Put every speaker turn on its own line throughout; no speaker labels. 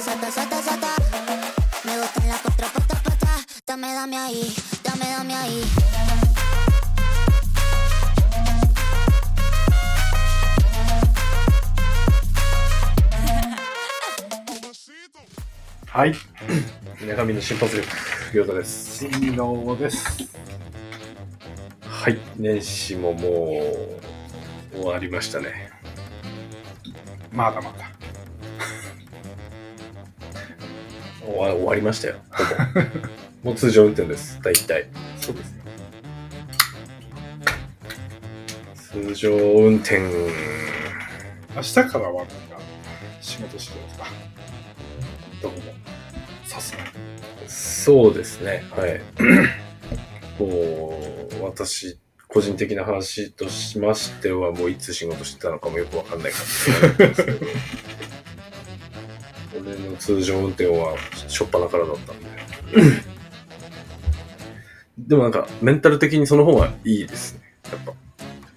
sata, sata, sata. Me gustan las cuatro patas, patas. Dame, dame ahí, dame, dame ahí.
Despacito.
はい、女神の瞬発力、りょうたです。
新郎です。
はい、年始ももう終わりましたね。
まだまだ。
終わ終わりましたよ、ほぼ。もう通常運転です、大体。
そうですね。
通常運転、
明日からはなんか仕事してますか。
どこも。
さすがに。
そうですね、はい。 もう、私、個人的な話としましては、もういつ仕事してたのかもよくわかんないから。 俺の通常運転は、しょっぱなからだったんで。でもなんか、メンタル的にその方がいいですね。やっぱ。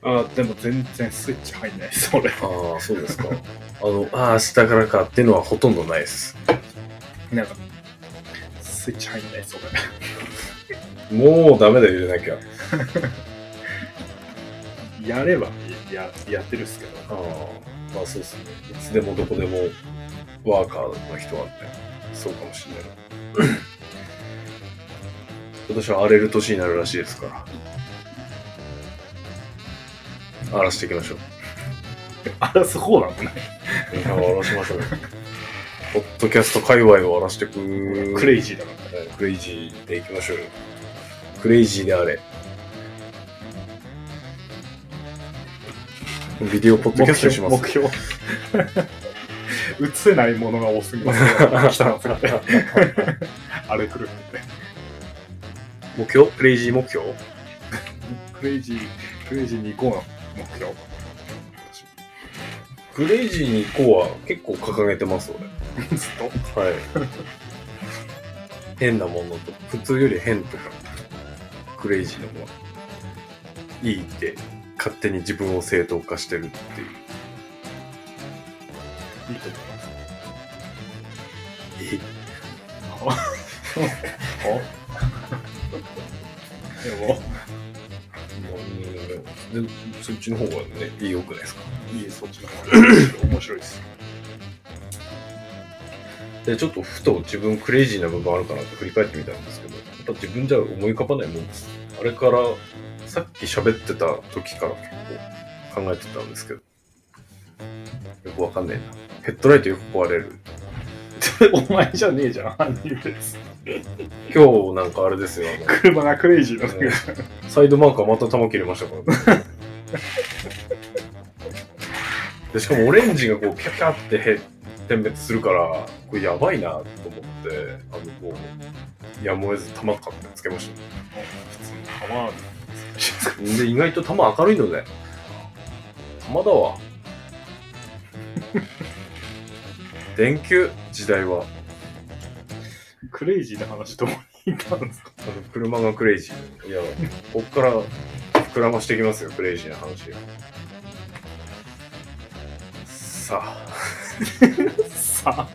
あーでも全然スイッチ入んないです、俺。
あ あ、そうですか。あの、ああ、明日からかっていうのはほとんどないです。
なんか、スイッチ入んないです、俺。
もうダメだよ、入れなきゃ。
やればややってるっすけ ど。
ああ、まあそうですね。いつでもどこでもワーカーの人はね、そうかもしれないな。 今年は荒れる年になるらしいですから。荒らしていきましょう。
荒らす方なのね。
いや荒らしましょうよ。ポッドキャスト界隈を荒らしていく。
クレイジーだか
はいクレイジーでいきましょうよ。クレイジーであれ。ビデオポッド
ら。
キャストにします。
目標。目標 映せないものが多すぎ ますよ。北の姿で。あれ来るんで。
目標クレイジー目標
クレイジー、クレイジーに行こうの目標。
クレイジーに行こうは結構掲げてます、
ずっと。
俺。はい。変なものと、普通より変とか、クレイジーのもの。いいって、勝手に自分を正当化してるっていう。
いいと思います。
いい
でも、
でそっちの方がね、いいよくないですか。
いい、そっちの方が面白いです。
で、ちょっとふと自分クレイジーな部分あるかなって振り返ってみたんですけど、やっぱ自分じゃ思い浮かばないもんです。あれから、さっき喋ってた時から結構考えてたんですけど、よくわかんねえな。ヘッドライトよく壊れる。
お前じゃねえじゃん、犯人です。
今日なんかあれですよ、あの
車がクレイジーなんだけど、
サイドマーカーまた弾切れましたからね。でしかもオレンジがこうキャキャってへ点滅するから、これやばいなと思って、あのこう、やむを得ず弾買ってつけました。
普通に構わ
で意外と球明るいので球だ わ電球時代は
クレイジーな話どこにいたんですか
あの車がクレイジーいやこっから膨らましていきますよクレイジーな話さあ
さ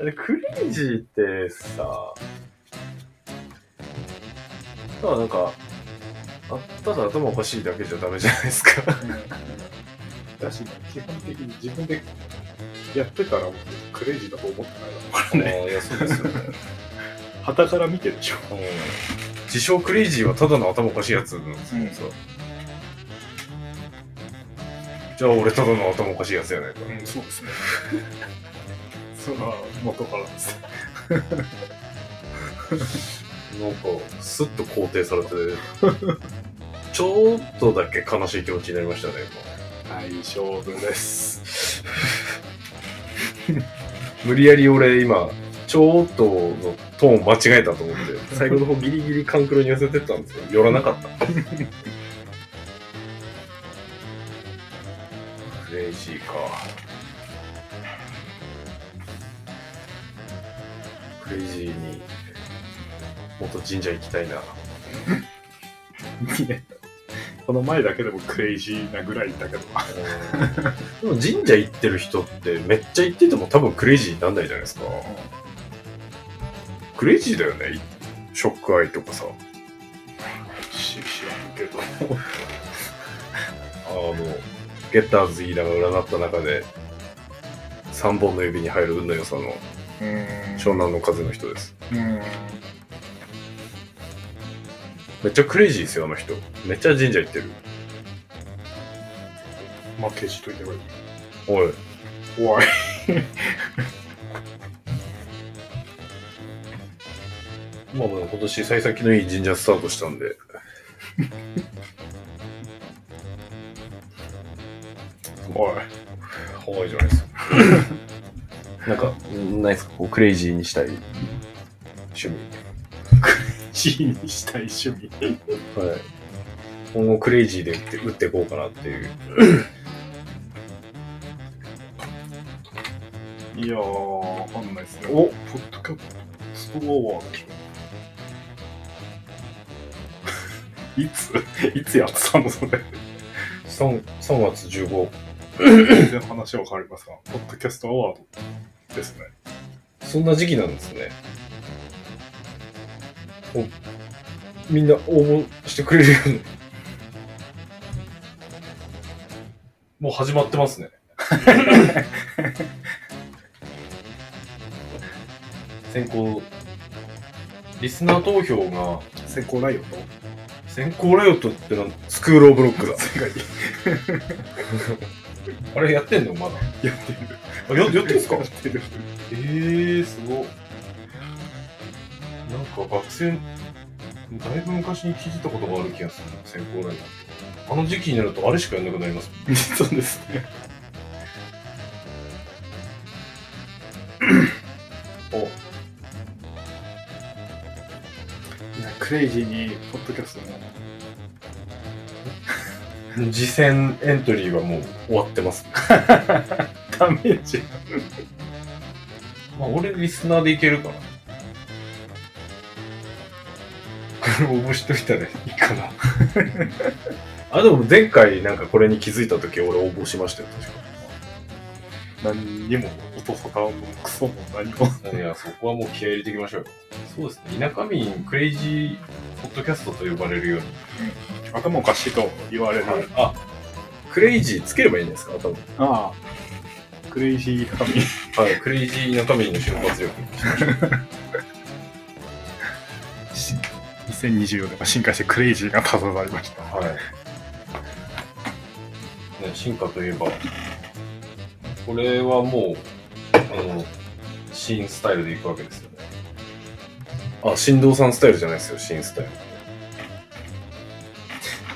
あ、
でクレイジーってさただなんかあただ頭おかしいだけじゃダメじゃないです か
だし、基本的に自分でやってたらクレイジーだと思ってないだ
あーいやそうですよね
ろ。旗から見てるでしょ。
自称クレイジーはただの頭おかしいやつなんですよ、
うん
さじゃあ俺ただの頭おかしいやつやないか、
うん、そう ですね。それは元からです。
なんかスッと肯定されて ちょっとだけ悲しい気持ちになりましたね
大丈夫です。
今無理やり俺今ちょっとのトーン間違えたと思って最後の方ギリギリ勘黒に寄せてったんですけど寄らなかった クレイジーかクレイジーにもっと神社行きたいな
この前だけでもクレイジーなぐらいだけど。
でも神社行ってる人ってめっちゃ行ってても多分クレイジーになんないじゃないですか。クレイジーだよねショックアイとかさ
知知らんけど。
あのゲッターズ飯田が占った中で3本の指に入る運の良さの
うーん。
湘南の風の人です
うーん。
めっちゃクレイジーですよあの人めっちゃ神社行ってる
まあ、消しといてくれ。
おい
怖い。
まあ、今年幸先のいい神社スタートしたんで。
おい。
可愛いじゃないです か。なんか、ないですかこう、クレイジーにしたい趣味。
G にしたい趣味。
はい。今後クレイジーで打って打っていこうかなっていう。
いやー、わかんないですね。おポッドキャストアワーでしょ。 いつ、いつやってたのそれ。
3, 3月15。
全然話は変わりますが、ポッドキャストアワードですね。
そんな時期なんですね。おみんな応募してくれるよね。もう始まって ますね。先行、リスナー投票が、
先行ライオンの
先行ライオットってのスクールオブロックだ。
世界に
あれやってんのまだ。
やってる。
あややってんすか
やってる。
えー、すごっなんか学生だいぶ昔に聞いたことがある気がする先行ライブあの時期になるとあれしかやんなくなります
そうですね。
お
いや、クレイジーに、ポッドキャストも、
次戦エントリーはもう終わってます
ダメージ。
まあ俺リスナーでいけるからこれ応募しといたらいいか なあでも前回なんかこれに気づいた時俺応募しましたよ確か
何にも、音沙汰も、クソも何も。
いや、そこはもう気合い入れていきましょうよ。そうですね。田舎民、クレイジーポッドキャストと呼ばれるように。
頭おかしいと言われる。
あ、クレイジーつければいいんですか多分。
ああ、クレイジー高見。
はい、クレイジー田舎民の瞬発力。
2024年が進化してクレイジーが多数ありました。
はい。ね、進化といえば、これはもう、あの、新スタイルでいくわけですよね。あ、新藤さんスタイルじゃないですよ、新スタイ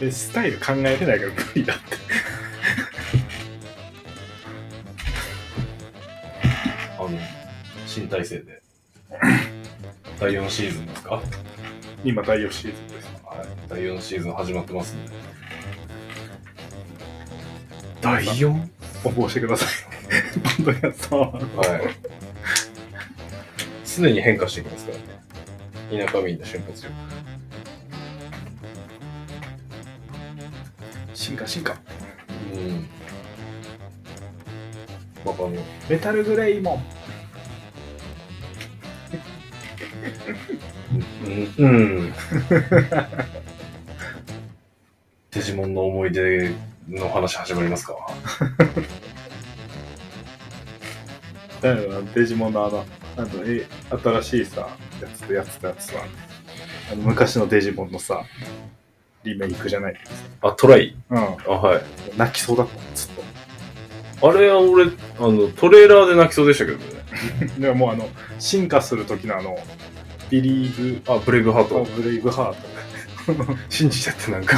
ル。
えスタイル考えれないから無理だって。
あの、新体制 で。第4シーズンですか
今、第4シーズンです。
はい、第4シーズン始まってますんで。
第
4? は。
応募してくださ い。バンドキャストはい
常に変化していきますからね。田舎民の瞬発力。
進化、進化。
うん。バカの。
メタルグレイも。
うん。うん。 デジモンの思い出の話始まりますか
だよな、デジモンのあの、あの、え、新しいさ、やつとやつとやつさ、あの昔のデジモンのさ、リメイクじゃない。
あ、トライ。
うん。
あ、はい。
泣きそうだったもん、ずっと。
あれは俺、あの、トレーラーで泣きそうでしたけどね。
でももうあの、進化する時のあの、ビリー
あ、ブレイブハー
ブ・オ
ト。
ブ・レイブ・ ハート。
信じちゃってなんか。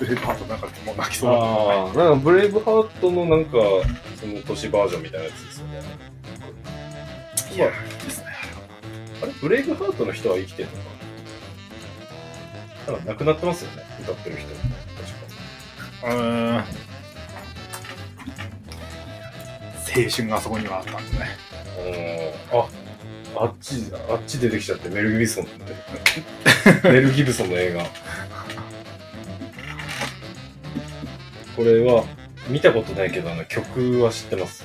ブレイブ・ハートなんかもう泣きそうだっ
ああ、なんかブレイブハートのなんか、その年バージョンみたいなやつですよね。
た。
いや
ですね。
あれブレイブハートの人は生きてるのかただ亡くなってますよね、歌ってる人。確
うーん。青春があそこにはあったんでね。
か。うーん。あ、あっち、あっち出てきちゃって、メル・ギブソンって。メル・ギブソンの映画。これは、見たことないけど、あの曲は知ってます。す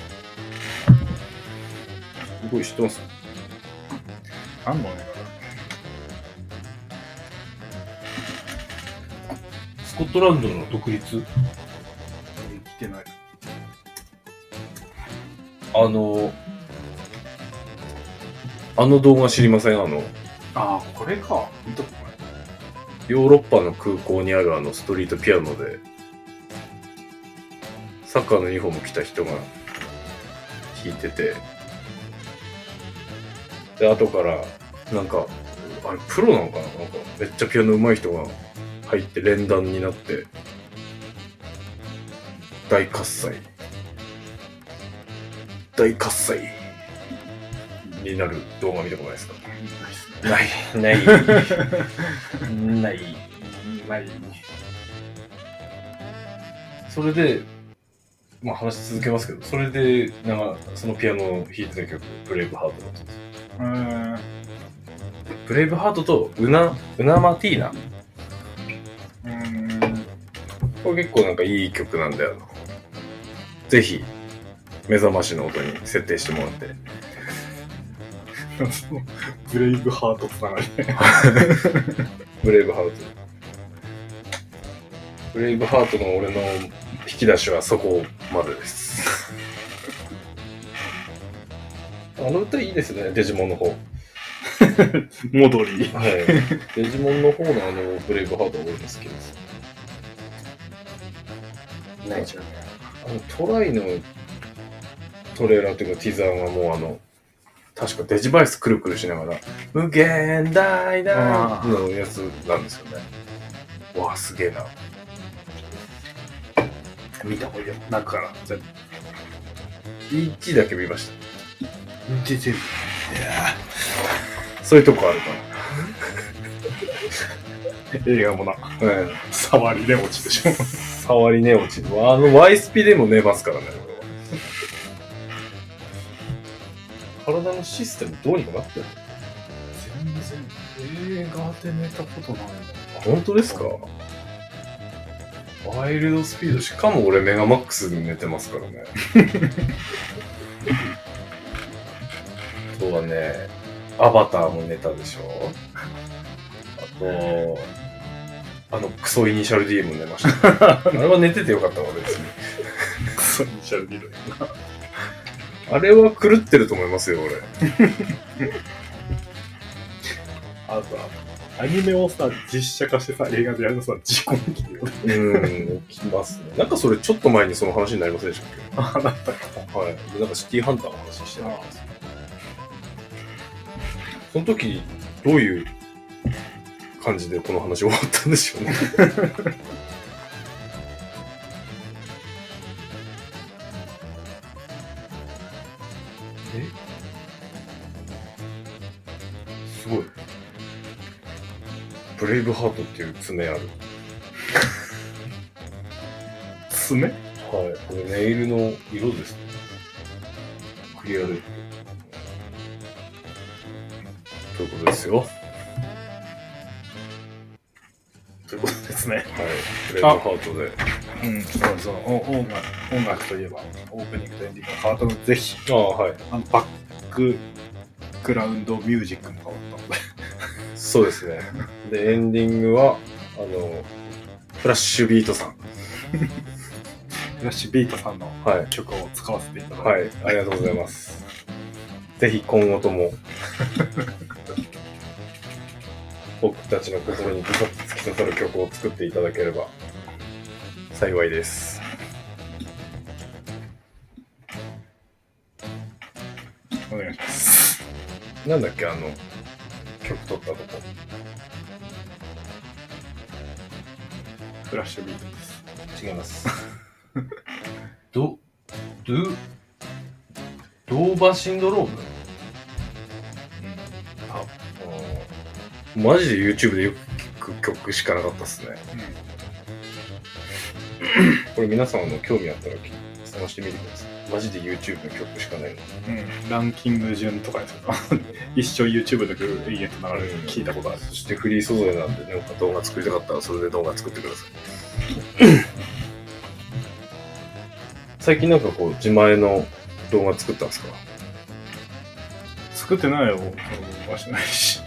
ごい知ってます
何の映画だ
スコットランドの独立
言ってない。
あの、あの動画知りませんあの、
ああ、これか。見たことない。
ヨーロッパの空港にあるあのストリートピアノで、サッカーのユニフォーム着た人が弾いてて、で、後から、なんか、あれ、プロなのかななんか、めっちゃピアノ上手い人が入って連弾になって、大喝采。大喝采になる動画見たことないですか
見たいっすね。
ない、ない、ない、ない。それで、まあ話し続けますけど、それで、なんか、そのピアノを弾いてた曲、ブレイブハートだったんですよ。
うーん。
ブレイブハートと、ウナ、ウナマティーナ。
うーん。
これ結構なんかいい曲なんで、あのぜひ、目覚ましの音に設定してもらって。
そのブレイブハートつながり。
ブレイブハート。ブレイブハートの俺の引き出しはそこまで です。あの歌いいですね、デジモンの 方。は
戻り。
い。デジモンの方のあのブレイブハートは俺も好きです。
泣いちゃうね。
あのトライのトレーラーというかティザーがもうあの、確かデジバイスくるくるしながら、無限大だ
あー
のやつなんですよね。わあ、すげえな。
見た方がいいよ。泣くから。全部。
1だけ見ました。
全部。
そういうとこあるか
映画もな、
ら。うん。
触りで落ちてしまう。
触り寝落ち。あの、ワイスピでも寝ますからね、俺は。体のシステムどうにかなってる
全然映画で寝たことない
本当ですかワイルドスピード。しかも俺メガマックスで寝てますからね。あとはね、アバターも寝たでしょあと、あのクソイニシャル D も寝ました。あれは寝ててよかったわ、別に。
クソイニシャル見る。
あれは狂ってると思いますよ、俺。
あとは、アニメをさ、実写化してさ、映画でやるのさ、事故に切るよね。
うん、起きますね。なんかそれちょっと前にその話になりませんでしたっ
あなた
けはい。でなんかシティハンターの話してなかったですねその時、どういう感じでこの話終わったんでしょうね。 えすごい。ブレイブハートっていう爪ある。
爪
はい、これネイルの色ですね。クリアル。ということですよ。はい。
ということですね。
ブレイブハートで。
うん、そうそう。お音楽、音楽といえば、オープニングとエンディングのハートのぜひ、
ああ、はい。
あの、バックグラウンドミュージックも変わったので。
そうですね。で、エンディングは、あの、フラッシュビートさん。
フラッシュビートさんの
はい。
曲を使わせていただいて。
はい、ありがとうございます。ぜひ今後と も、僕たちの心にグサッと突き刺さる曲を作っていただければ幸いです。
お願いします。
なんだっけ、あの、曲取ったとこ。
フラッシュビートです。
違います。
ドドゥドーバーシンドローム
マジで YouTube でよく聞く曲しかなかったっすね。これ皆さんの興味あったら探してみてください。マジで YouTube の曲しかないの。
うん。うん。ランキング順とか ですけど、一生 YouTube で永遠と流れるの聞いたことある。
そしてフリー素材なんで、なんか動画作りたかったらそれで動画作ってください。最近なんかこう、自前の動画作ったんですか
作ってないよ。動かしてないし。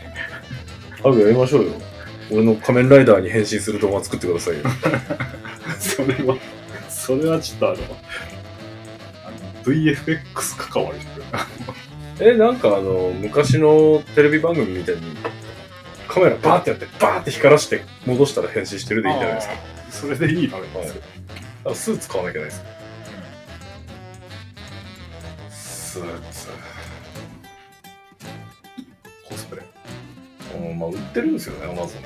ハグやりましょうよ。俺の仮面ライダーに変身する動画作ってくだ さいよ。
それは、それはちょっとあの、あの VFX 関わりしてるな。
え、なんかあの、昔のテレビ番組みたいに、カメラバーってやって、バーって光らして戻したら変身してるでいいんじゃないですか。
それでいいのよ。
はいあスーツ買わなきゃいけないです。
スーツ。
コスプレ。うん、まあ売ってるんですよね、アマゾンとか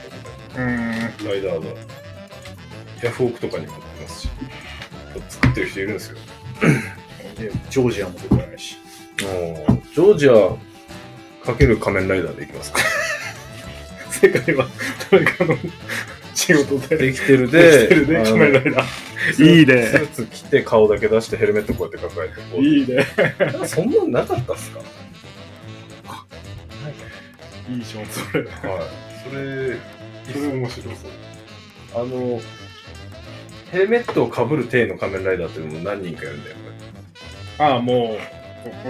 うーん。
で。ライダーが。ヤフオクとかにも売ってますし。作ってる人いるんですよ。
ジョージアも出てないし。
うんジョージアかける仮面ライダーでいきますか。
世界は、誰かの仕事で。
できてる
で
で、
きてる
あ
ね、
の
カメラライダ
ス
ー。
ー
いいね。
スーツ着て顔だけ出してヘルメットこうやって抱えてこう。
いいね。
そんなんなかったっすか
いいじゃん、それ。
はい。それ、
それ面白そう。
あの、ヘルメットをかぶる体の仮面ライダーっていうのも何人かいるんだよ、やっ
ああ、もう、ここ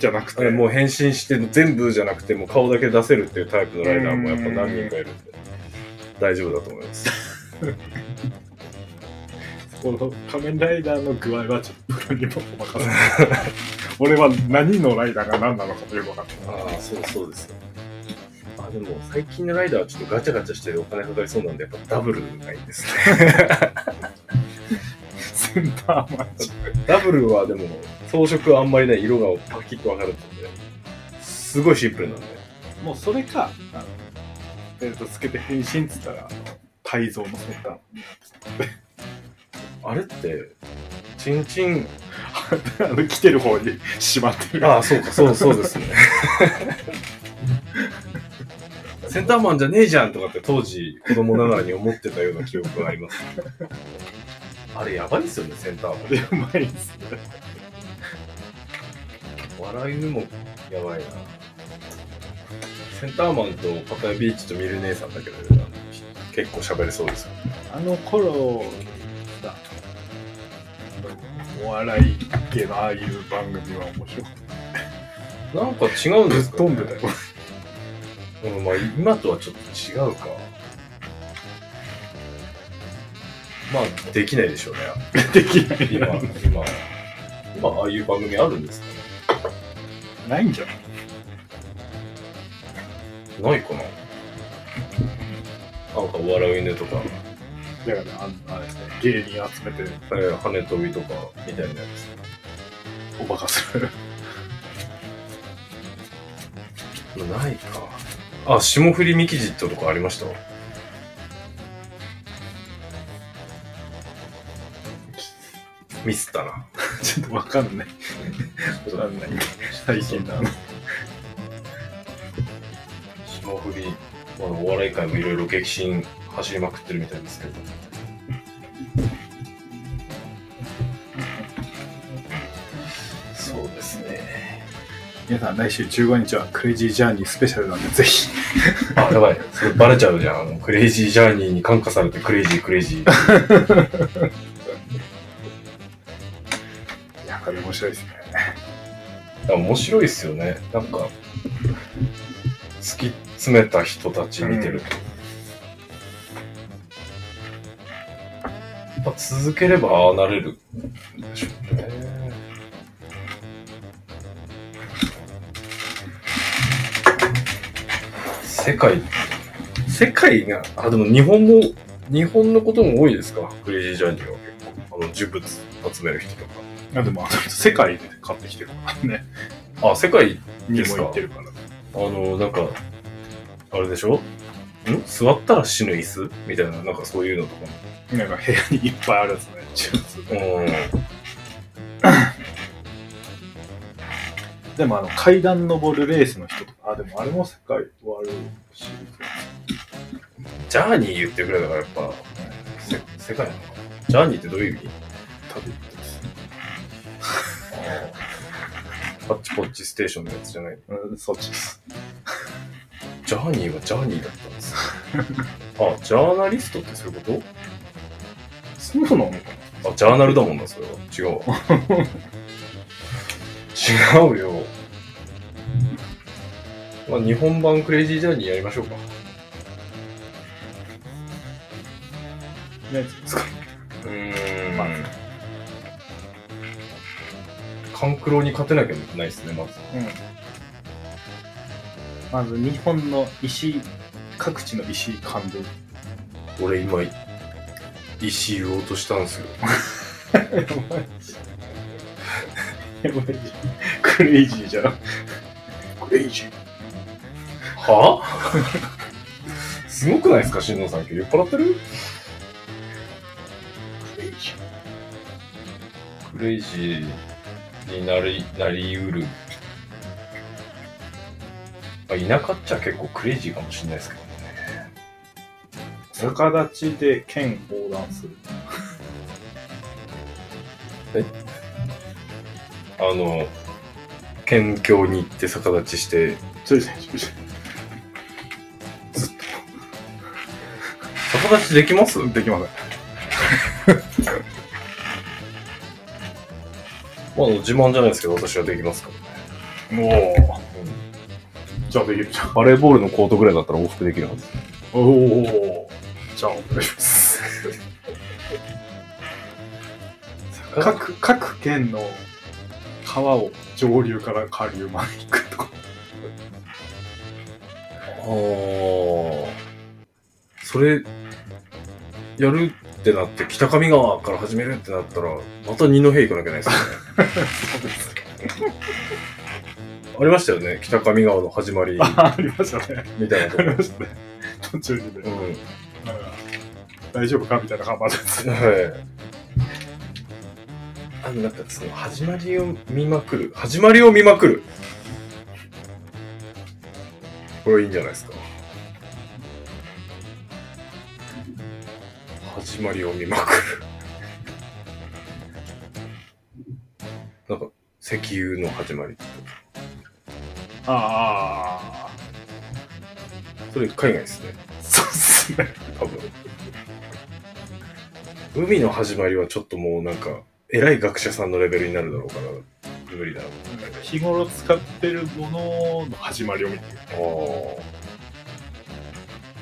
じゃなく
ぱり。
て。
あれもう変身して全部じゃなくて、もう顔だけ出せるっていうタイプのライダーもやっぱ何人かいるんで、大丈夫だと思います。
この仮面ライダーの具合はちょっとプロにもお任せ俺は何のライダーが何なのかとよく分かってない
ああ、そうそうですよ。あ、でも最近のライダーはちょっとガチャガチャしてお金かかりそうなんで、やっぱダブルがいいですね。
センターマッチ
ダブルはでも装飾あんまりね、色がパキッと分かれてるんで、すごいシンプルなんで。
もうそれかあのベルトつけて変身っつったらあの泰造のセンターマ
あれって、チンチン、
ッチあの来てる方にしまってる
ああ、そうか、そうそうですね。 センターマンじゃねえじゃんとかって当時子供ながらに思ってたような記憶があります。あれやばいっすよね、センターマ
やばいっすね
ン。笑いのもやばいな。センターマンとパタヤビーチとミル姉さんだけど、結構喋れそうですよ。
あの頃さお笑い系のああいう番組は面白かっ
なんか違うん
たぶ
で
っ
すか、
飛んでたよ
うん、まあ今とはちょっと違うか。まあできないでしょうね。
できない
今、今、今ああいう番組あるんですか
ないんじゃない
ねないかななんか笑う犬とか、
だからあのあれですね芸人集めて
えー羽飛びとかみたいなや
おバカする
つ。ないか。あ、霜降りミキジットとかありましたミスったな。
ちょっとわかんない。 わかんない。最近だ。
霜降り、まあ、お笑い界もいろいろ激震走りまくってるみたいですけど。そうですね。
皆さん、来週15日はクレイジージャーニースペシャルなんで、ぜひ。
あ、やばい。それバレちゃうじゃんあの。クレイジージャーニーに感化されてクレイジークレイジー。
いや、これ面白いですね。
面白いっすよね。なんか、突き詰めた人たち見てると。やっぱ続ければああなれるんでしょうね。世界、世界が、あ、でも日本も、日本のことも多いですかクレイジージャーニーは結構。あの、呪物集める人と
あでも、世界で買ってきてるからね。
か。あ、世界
に
です
も
か
行ってるか
あ
ら。
の、なんか、あれでしょん座ったら死ぬ椅子みたいな、なんかそういうのとかも。
なんか部屋にいっぱいあるやつね。ジュース
うん。
でも、あの、階段登るレースの人とか、あ、でもあれも世界終わるシリ
ジャーニー言ってるくらいだから、やっぱ、せ世界なのかな。ジャーニーってどういう意味
ーズ旅ってです。
パッチポッチステーションのやつじゃない。
うん、そっちです。
ジャーニーはジャーニーだったん です。あ、ジャーナリストってそういうこ
そうなのかな
とあ、ジャーナルだもんな、 それは。違うわ。違うよ。まあ、日本版クレイジージャーニーやりましょうか。
ね、
うーん。まず。カンクロに勝てなきゃないですね、まず。
うん。まず日本の石、各地の石感動。
俺今、石言おうとしたんですよ。
やばい。やばい。クレイジーじゃん。クレイジー。
はぁすごくないですか、新藤さん。今日酔っ払ってる
クレイジ
クレイジーになり、なりうる。まあ、田舎っちゃ結構クレイジーかもしれないですけどね。
ー。逆立ちで剣横断する。
あの、県境に行って逆立ちして、
ちょいちょいちょいちょ
逆立ちできます
い。できません。
まあ、自慢じゃないですけど、私はできますからね。
もう、じゃあできるじゃん。
バレーボールのコートぐらいだったら往復できるはず。
おお。じゃあお願いします。各、各県の川を上流から下流まで行くとか。
あそれ、やるってなって、北上川から始めるってなったら、また二戸行かなきゃいけないですよね。ありましたよね、北上川の始まり
あ、ありましたね。
みたいなと
あ
こ
りましたね。途中にね。
ろ。うん。
なんか大丈夫かみたいな看板だった。
はい。あの、なんかその、始まりを見まくる。始まりを見まくる。これいいんじゃないですか。始まりを見まくる。なんか、石油の始まり。
あ
それ海外ですね。
あ。そうっすね。
多分。海の始まりはちょっともうなんか、偉い学者さんのレベルになるだろうから、無理だろう。
日頃使ってるものの始まりを見てる。
あ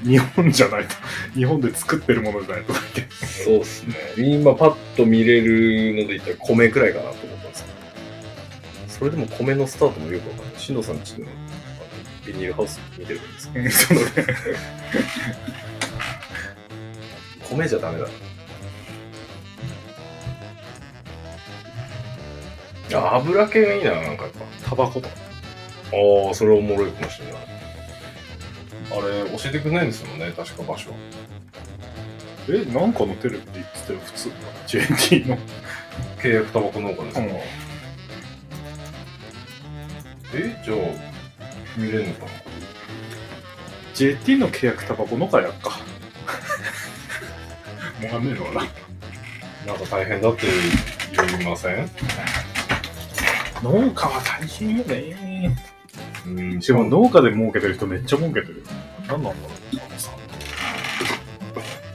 日本じゃないと。 日本で作ってるものじゃないとだけ。
あ、そうっすね。今パッと見れるので言ったら米くらいかなと思ったんですけど。それでも米のスタートもよくわかんない。進藤さんちのあのビニールハウス見てるんですか
うん、そのね。
米じゃダメだ。あ油系がいいな、なんかやっぱ。
タバコとか。
ああ、それおもろいかもしれない。あれ、教えてくれないんですもんね、確か場所。
え、なんかのテレビで言ってたよ、普通。JT の。
契約タバコ農家ですか、
うん
え、じゃあ、見れるのかな
JT の契約タバコのかやっか。もがねえのか
なんか大変だって言いません
な。農家は大変よね。
うん
しかも農家で儲けてる人めっちゃ儲けてるよ。なんなんだろう、さ。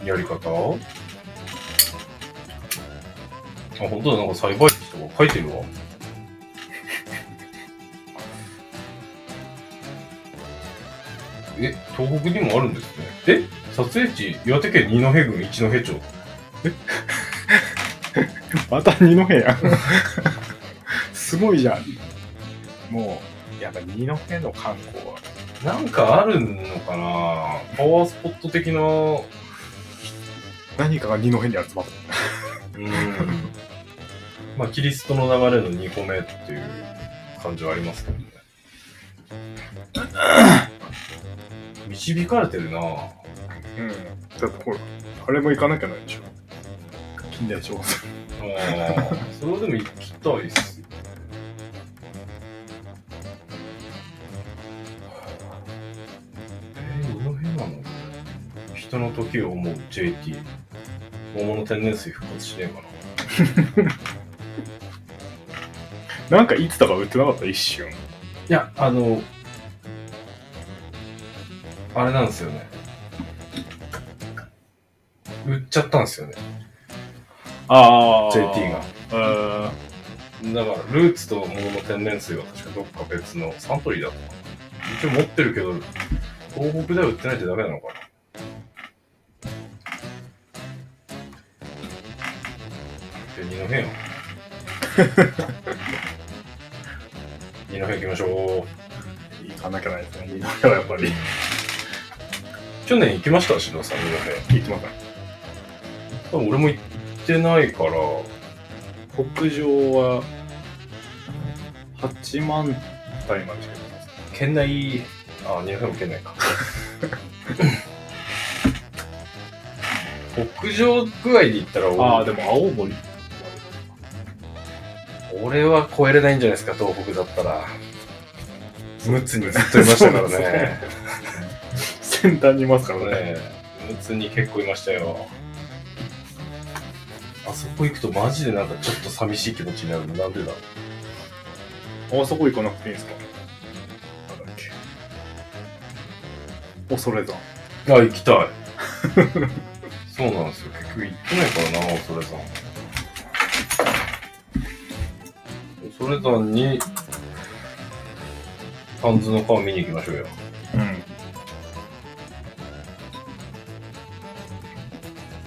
やり方あ、本当だ、なんか栽培地とか書いてるわ。え、東北にもあるんですね。え撮影地、岩手県二戸郡一戸町。
また二戸やん すごいじゃんもうやっぱ二戸の観光は
なんかあるのかなパワースポット的な、う
何かが二戸に集まって
ん。まあ、キリストの流れの2個目っていう感じはありますけどね。導かれてるな
るうんだってほらあれも行かなきゃないでしょ近代調査
ああ、それでも行きたいっす。えー、二戸なの人の時を思う JT。桃の天然水復活しねえかな。
なんかいつだか売ってなかった一瞬
いや、あの、あれなんですよね。売っちゃったんですよね、
あ
JT が。
が
だから、ルーツとものの天然水は確かどっか別のサントリーだとか一応持ってるけど、東北では売ってないとダメなのかな。じゃあ、二の辺を。二の辺行きましょ
行かなきゃないですね。いいのかなやっぱり。
う。去年行きました、篠田さん、二の辺。
行ってません。
多分俺も行ってないから、
北上は、8万体までしか行ってます。
県内、あ、二の辺も県内 か。北上具合で言ったら俺、
ああ、でも青森。
俺は超えれないんじゃないですか、東北だったら。ムツにずっといましたから
そうなんで
ね。
先端にいますからね。
ねムツに結構いましたよ。あそこ行くとマジでなんかちょっと寂しい気持ちになるの。なんでだろう。
あそこ行かなくていいんですか
なんだっけ
恐れ山。
あ、行きたい。 そうなんですよ。結局行ってないからな、恐れ山。恐れ山に、パンズの川見に行きましょうよ。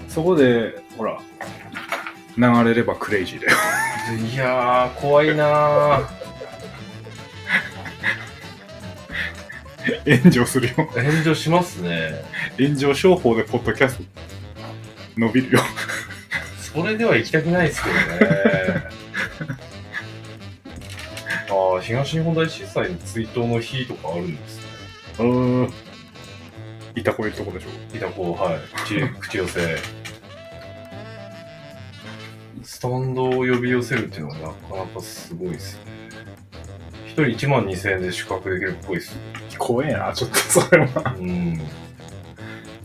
うん。そこで、ほら、流れればクレイジーだよ。
いやー、怖いなー。
炎上するよ。
炎上しますね。
炎上商法でポッドキャスト伸びるよ。
それでは行きたくないですけどね。 ああ、東日本大震災の追悼の日とかあるんですね。
うん。いたこいるとこでしょ。
いたこう、はい。口、口寄せ。スタンドを呼び寄せるっていうのはなかなかすごいですね。一人1万2000円で宿泊できるっぽいです。
怖えな、ちょっとそれは。
うん。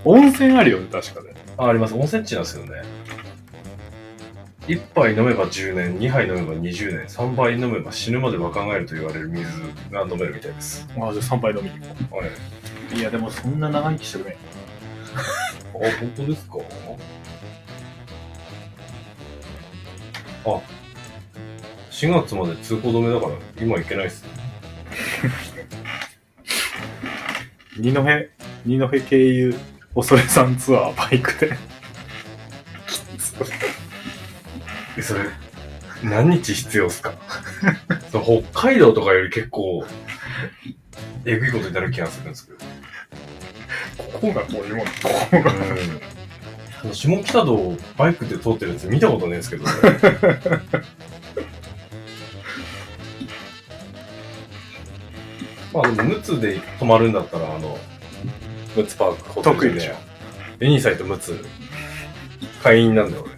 温泉あるよね、確かで。
あ、あります。温泉地なんですよね。1杯飲めば10年、2杯飲めば20年、3杯飲めば死ぬまで若返ると言われる水が飲めるみたいです。
ああ、じゃあ3杯飲みに行こ
はい。
う。いや、でもそんな長生きしてるね。
あ、本当ですかあ、4月まで通行止めだから今行けないっすね。
二戸、二戸経由、恐れ山ツアー、バイクで。
え、それ、何日必要っすかその 北海道とかより結構、えぐいことになる気がするんですけど。
ここがこういうもん。ここが。
あの下北道をバイクで通ってるやつ見たことないですけどね まあでもムツで泊まるんだったらあのムツパークホテル
得意でしょ
エニサイとムツ会員なんだよ俺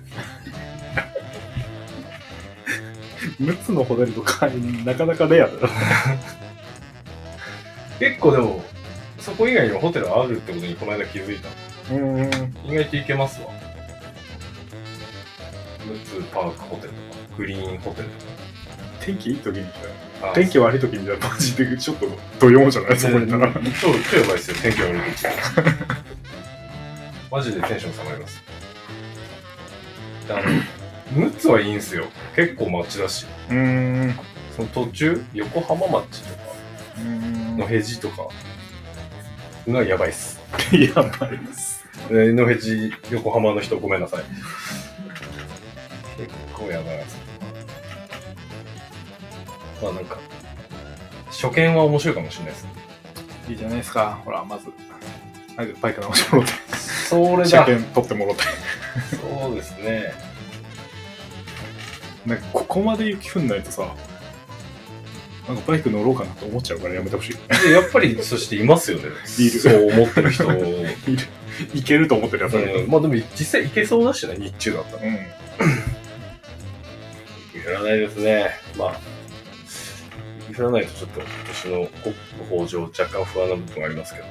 6つのホテルとか、なかなかレアだな。
結構でもそこ以外にもホテルあるってことにこの間気づいた
うん。
意外といけますわムツパークホテルとかグリーンホテルと
天気いい時に来たよ
かあ
天気悪い時にじゃマジでちょっとどよもじゃないそこにいたら。
超、超やばいですよ、天気悪い時。マジでテンション下がります。であの、ムツはいいんすよ。結構街だし。
うん。
その途中、横浜町とか、野辺地とかがやばいっす。
やばいです。
で野辺地、横浜の人ごめんなさい。結構やばいっす。まあなんか、初見は面白いかもしれないです。
いいじゃないですか。ほら、まず。はい、バイク直してもろて。
それ
車
だ。
検取ってもろて。
そうですね。
なんか、ここまで雪降んないとさ、なんかバイク乗ろうかなと思っちゃうからやめてほしい。
でやっぱり、そしていますよね。
いる
そう思ってる 人。うん
いる。いけると思ってるやつだけど。
まあでも実際行けそうだしね、日中だったら。
うん。
降らないですね。まあ、降らないとちょっと今年の国庫法上若干不安な部分がありますけど。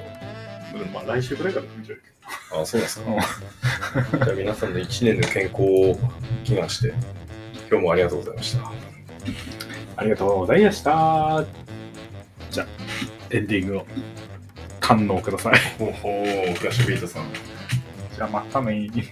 でもまあ来週くらいからいいんじゃない
ああ、そうですか。 じゃあ皆さんの一年の健康を祈願して、今日もありがとうございました。
ありがとうございました。じゃあ、エンディングを堪能ください。
ほうほう、クラッシュビートさん。
じゃあ、またねー。